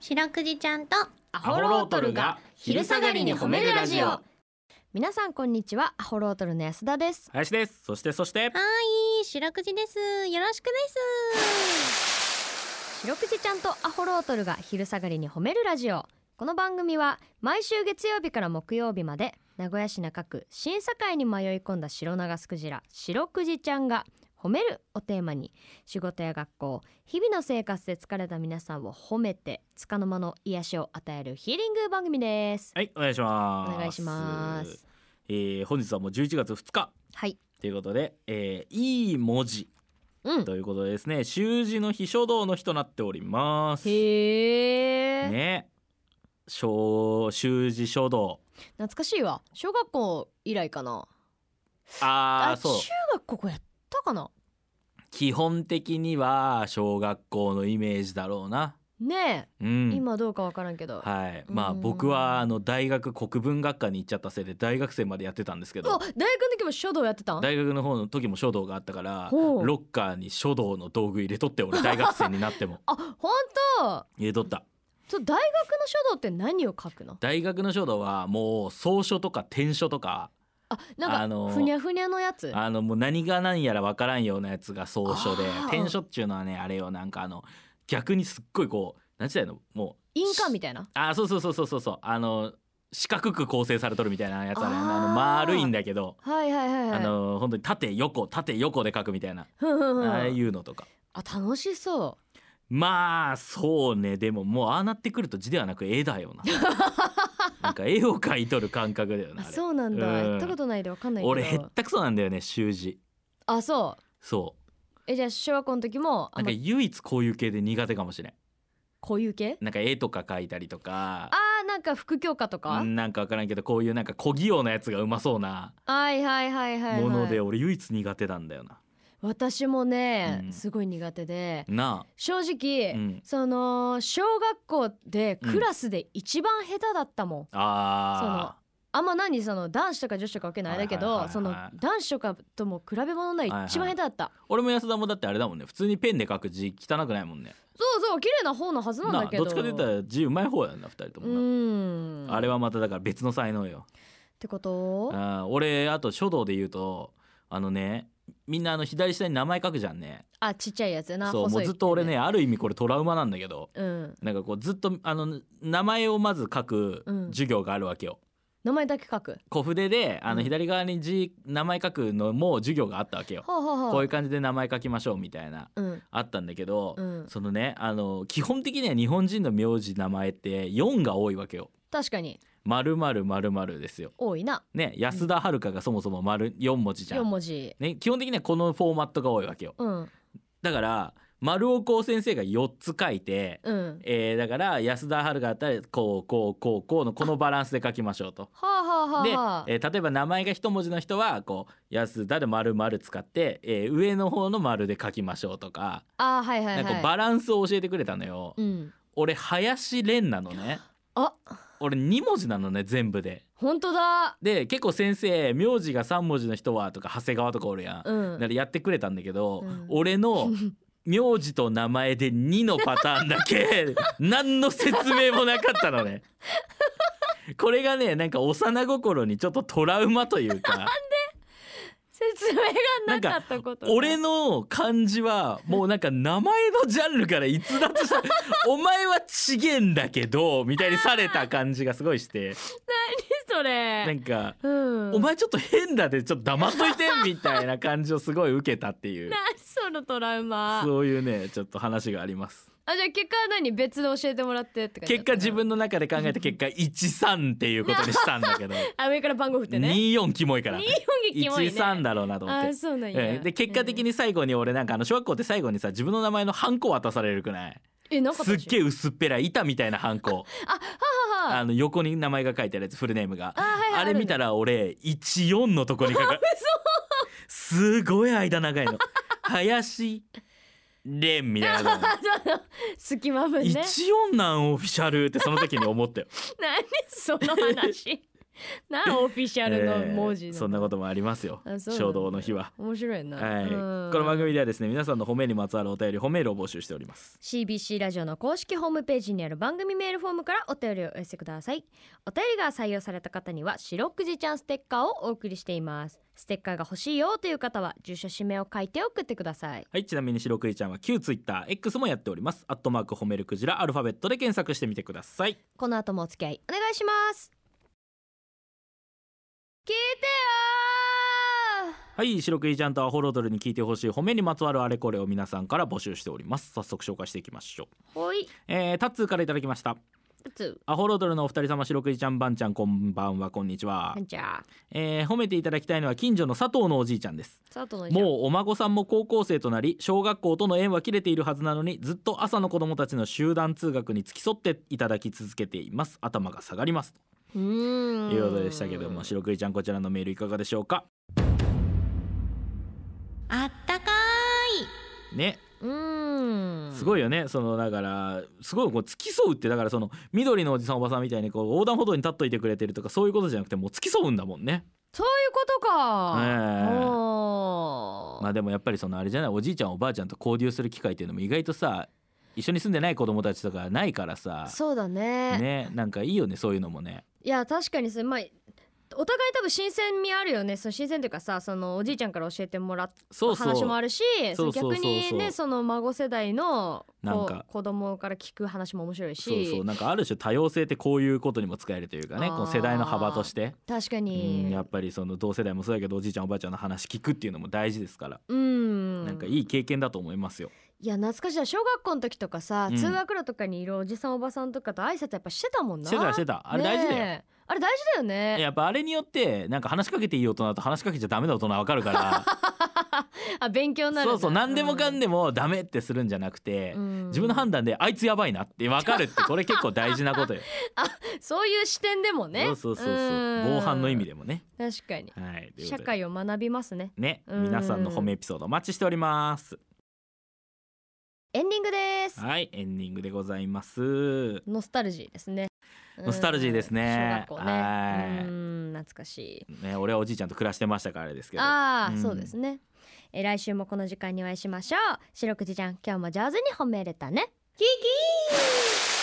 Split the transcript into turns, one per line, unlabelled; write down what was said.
白くじちゃんと
ア
ホロートルが昼下がりに褒めるラジオ
皆さんこんにちはアホロートルの安田です
林ですそしてそして
はい白くじですよろしくです
白くじちゃんとアホロートルが昼下がりに褒めるラジオこの番組は毎週月曜日から木曜日まで名古屋市中区審査会に迷い込んだ白長スクジラ白くじちゃんが褒めるをテーマに仕事や学校日々の生活で疲れた皆さんを褒めて束の間の癒しを与えるヒーリング番組です
はいお願いします
お願いします
えー本日はもう11月2日
はい
ということで、えーいい文字
うん
ということでですね習字の日書道の日となっております
へえ、
ね小習字書道
懐かしいわ小学校以来かな
ああそう
中学ここやったかな
基本的には小学校のイメージだろうな
ね
う
え、
ん
今どうかわからんけど、
はいまあ
うん
僕はあの大学国文学科に行っちゃったせいで大学生までやってたんですけ
うわ
ど
大学の時も書道やってたん
大学の方の時も書道があったから
ほう
ロッカーに書道の道具入れとって俺大学生になっても
あ本当
入れとった
そう大学の書道って何を書くの
大学の書道はもう草書とか篆書とか
あなんか、
あのー
ふにゃふにゃのやつ
あのもう何が何やらわからんようなやつが草書で
あー
篆書っちゅうのはねあれよなんかあの逆にすっごいこう何て言うのもう
印鑑みたいな
あーそうそうそうそうそうそうあの四角く構成されとるみたいなやつあれ
あー
あの丸いんだけど、
はいはいはいはい
あの本当に縦横縦横で書くみたいな、
ふんふんふん
ああいうのとか
あ楽しそ
まあそうねでももうああなってくると字ではなく絵だよ ななんか絵を描いとる感覚だよ
うあ
なあれ
そうなんだ
うん
やったことないでわかんないけど
俺へったくそなんだよね習字
あそう
そう
えじゃあ小学校の時もあ
なん
んま
か唯一こういう系で苦手かもしれん
こういう系
なんか絵とか描いたりとか
あーなんか副教科とか、
うんなんかわからんけどこういうなんか小器用なやつがうまそうな
はいはいはいはい、はい、
もので俺唯一苦手なんだよな、
私もね、
うん
すごい苦手で
な
正直、
うん
その小学校でクラスで一番下手だったもん、
ああ
あんま何その男子とか女子とか分けないだけ
はいはい
ど
はい
その
はい
男子とかとも比べ物ない一番下手だった、
俺も安田もだってあれだもんね普通にペンで書く字汚くないもんね
そうそう綺麗な方のはずなんだけど
あどっちかって言ったら字うまい方やんな二人と
う
もな、
ーん
あれはまただから別の才能よ
ってこと
あー俺あと書道で言うとあのねみんなあの左下に名前書くじゃんね
あちっちゃいやつやな
そうも
細
う
い
ずっと俺ねある意味これトラウマなんだけど
うん
なんかこうずっとあの名前をまず書く
うん
授業があるわけよ、
名前だけ書く
小筆であ
う
の
ん
左側に字名前書くのも授業があったわけよ、
ほうほうほう
こういう感じで名前書きましょうみたいな
うん
あったんだけど、
うん
そのねあの基本的には日本人の名字名前って4が多いわけよ。
確かに
〇〇〇〇ですよ。
多いな
ね安田遥がそもそも丸4文字じゃ
4
ん。
文字
ね、基本的にはこのフォーマットが多いわけよ。
うん
だから丸尾光先生が4つ書いて、
うん
えーだから安田遥だったらこうこうこうこうのこのバランスで書きましょう
は
と。
あはあは
で
あはあ、
えー例えば名前が一文字の人はこう安田で丸丸使って、えー上の方の丸で書きましょうとか、
あーはいはいはい
なんかバランスを教えてくれたのよ。
うん
俺林蓮なのね
あ
俺2文字なのね全部で
本当だ
で結構先生名字が3文字の人はとか長谷川とかおるやん、
う
だ
ん
からやってくれたんだけど、
うん
俺 の名字と名前で2のパターンだ け何の説明もなかったのねこれがねなんか幼心にちょっとトラウマというか
説明がなかったこと
俺の漢字はもうなんか名前のジャンルから逸脱したお前はちげんだけどみたいにされた感じがすごいして
そ
な
れ
んか
うん
お前ちょっと変だでちょっと黙っといてみたいな感じをすごい受けたって いう
何そのトラウマ
そういうねちょっと話があります
あじゃあ結果は何別で教えてもらってって感じだ
結
った
果
の
自分の中で考えた結果13っていうことにしたん だけど
あ上から番号振ってね
24キモいから
日本劇キモいね
13だろうなと思っ
あ
て
そうなん
え
や
えで結果的
に
に最後に俺なんかあの小学校って最後にさ自分の名前のハンコ渡されるくない
えなんか
すっげ
え
え薄っぺらい板みたいなハンコ
はは
あの横に名前が書いてあるやつフルネームが
あはいはい
あれ見た
ら
ら俺14のとこにかかるすごい間長いの林蓮みたいなの
隙 間分ね
14なんオフィシャルってその時に思ったよ
何その話なあオフィシャルの文字
え
の、
ーそんなこともありますよ
あそうなんだ
衝動の日は。
面白いな、
はい、
うん
この番組ではですね皆さんの褒めにまつわるお便り褒めるを募集しております
CBC ラジオの公式ホームページにある番組メールフォームからお便りをお寄せくださいお便りが採用された方には「白くじちゃんステッカー」をお送りしていますステッカーが欲しいよという方は住所氏名を書いて送ってください
はいちなみに白クイちゃんは旧 TwitterX もやっておりますアットマーク褒めるクジラアルファベットで検索してみてください
この後もお付き合いお願いします聞いてよ
はい白クイちゃんとアホロドルに聞いてほしい褒めにまつわるあれこれを皆さんから募集しております早速紹介していきましょう
ーほい
えー、タッツーからいただきました
うつ
アホロドルのお二人様白クイちゃんバンちゃんこんばんはこんにちは
なんちゃ
えー褒めていただきたいのは近所の佐藤のおじいちゃんです
佐藤のじゃん
もうお孫さんも高校生となり小学校との縁は切れているはずなのにずっと朝の子どもたちの集団通学に付き添っていただき続けています頭が下がります
うー
と
ん
いうことでしたけども白くいちゃんこちらのメールいかがでしょうか
あったか
ね
うーん
す
い
ごいよねそのだからすごいこう付き添うってだからその緑のおじさんおばさんみたいにこう横断歩道に立っといてくれてるとかそういうことじゃなくてもう付き添うんだもんね
そういうことか
ええ
おー
まあでもやっぱりそのあれじゃないおじいちゃんおばあちゃんと交流する機会っていうのも意外とさ一緒に住んでない子どもたちとかないからさ
そうだね
ねなんかいいよねそういうのもね
いや確かにそれまあお互い多分新鮮味あるよねその新鮮というかさそのおじいちゃんから教えてもらっ
そうそう
話もあるし
そうそうそうそう
逆にねその孫世代の
なん
こ
か
子供から聞く話も面白いし
そうそうなんかある種多様性ってこういうことにも使えるというかね
あー
この世代の幅として、
確か
うん、
に
やっぱりその同世代もそうやけどおじいちゃんおばあちゃんの話聞くっていうのも大事ですから、
うん
なんかいい経験だと思いますよ。
いや懐かしいな小学校の時とかさ、
うん
通学路とかにいるおじさんおばさんとかと挨拶やっぱしてたもんな
してたしてたあれ大事だよ。
ねえあれ大事だよね
やっぱあれによってなんか話しかけていい大人と話しかけちゃダメな大人わか るから
あ勉強になる
そうそう何でもかん
で、
でもダメってするんじゃなくて、
うん
自分の判断であいつやばいなってわかるってこれ結構大事なことよ、
そういう視点でも ね
そうそうそうそう防犯の意味でもね
で確かに
はいということ
社
で
会を学びますね
ね
うん
皆さんの褒めエピソードお待ちしております
エンディングです
はいエンディングでございます
ノスタルジーですね
ノスタルジーですね
うん小学校ね
はい
うん懐かしい
ね俺はおじいちゃんと暮らしてましたからあれですけど
ああ、
うん
そうですねえー来週もこの時間にお会いしましょう白くじちゃん今日も上手に褒めれたねキキー